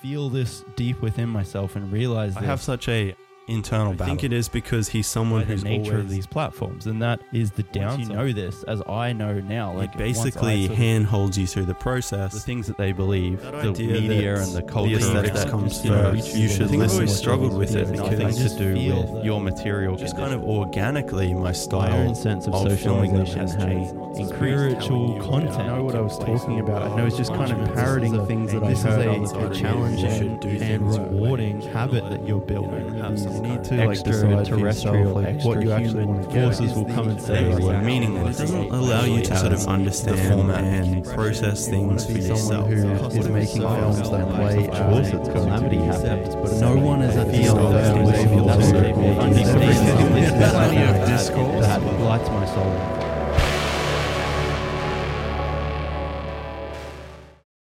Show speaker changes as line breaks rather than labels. feel this deep within myself and realize
I
this.
have such a internal
I
battle.
think it
is because he's someone
by the nature of these platforms, and that is the
Once you
downside. know this, as I know now, like
he
once I
basically
sort of-
handholds you through the
the
process.
things that they believe,
That
the
idea
media
that
and the
the
culture,
aesthetics
around
comes
it, you know,
first.
YouTube
You should
and
listen.
all
I've always
this
struggled
stuff
with it
is
because
nothing
it's
to do
feel
with
that-
your material.
Just
condition.
kind of organically, my
my own
style.
sense of
of filming them
socialization
has
has
changed.
increased
Spiritual content.
I know what I was talking about. I know it's just kind of parroting things that I
This is
heard
a-
on the
a
podcast.
challenging
You should do
and
things that way.
rewarding
You know,
habit
like,
that you're building.
you know, have some
You need
kind
to,
of
like,
extraterrestrial,
decide for yourself, like,
extra
what you
human
actually wanna get.
forces will come and
They
save us.
were meaningless. It doesn't allow you to sort of understand and process things for yourself.
who is making films that play
Of
out
course it's
its calamity
going to be.
happens, but
No one is at the
field
end
that
of
was able to
Plenty of
understand
discourse.
that
That lights my soul.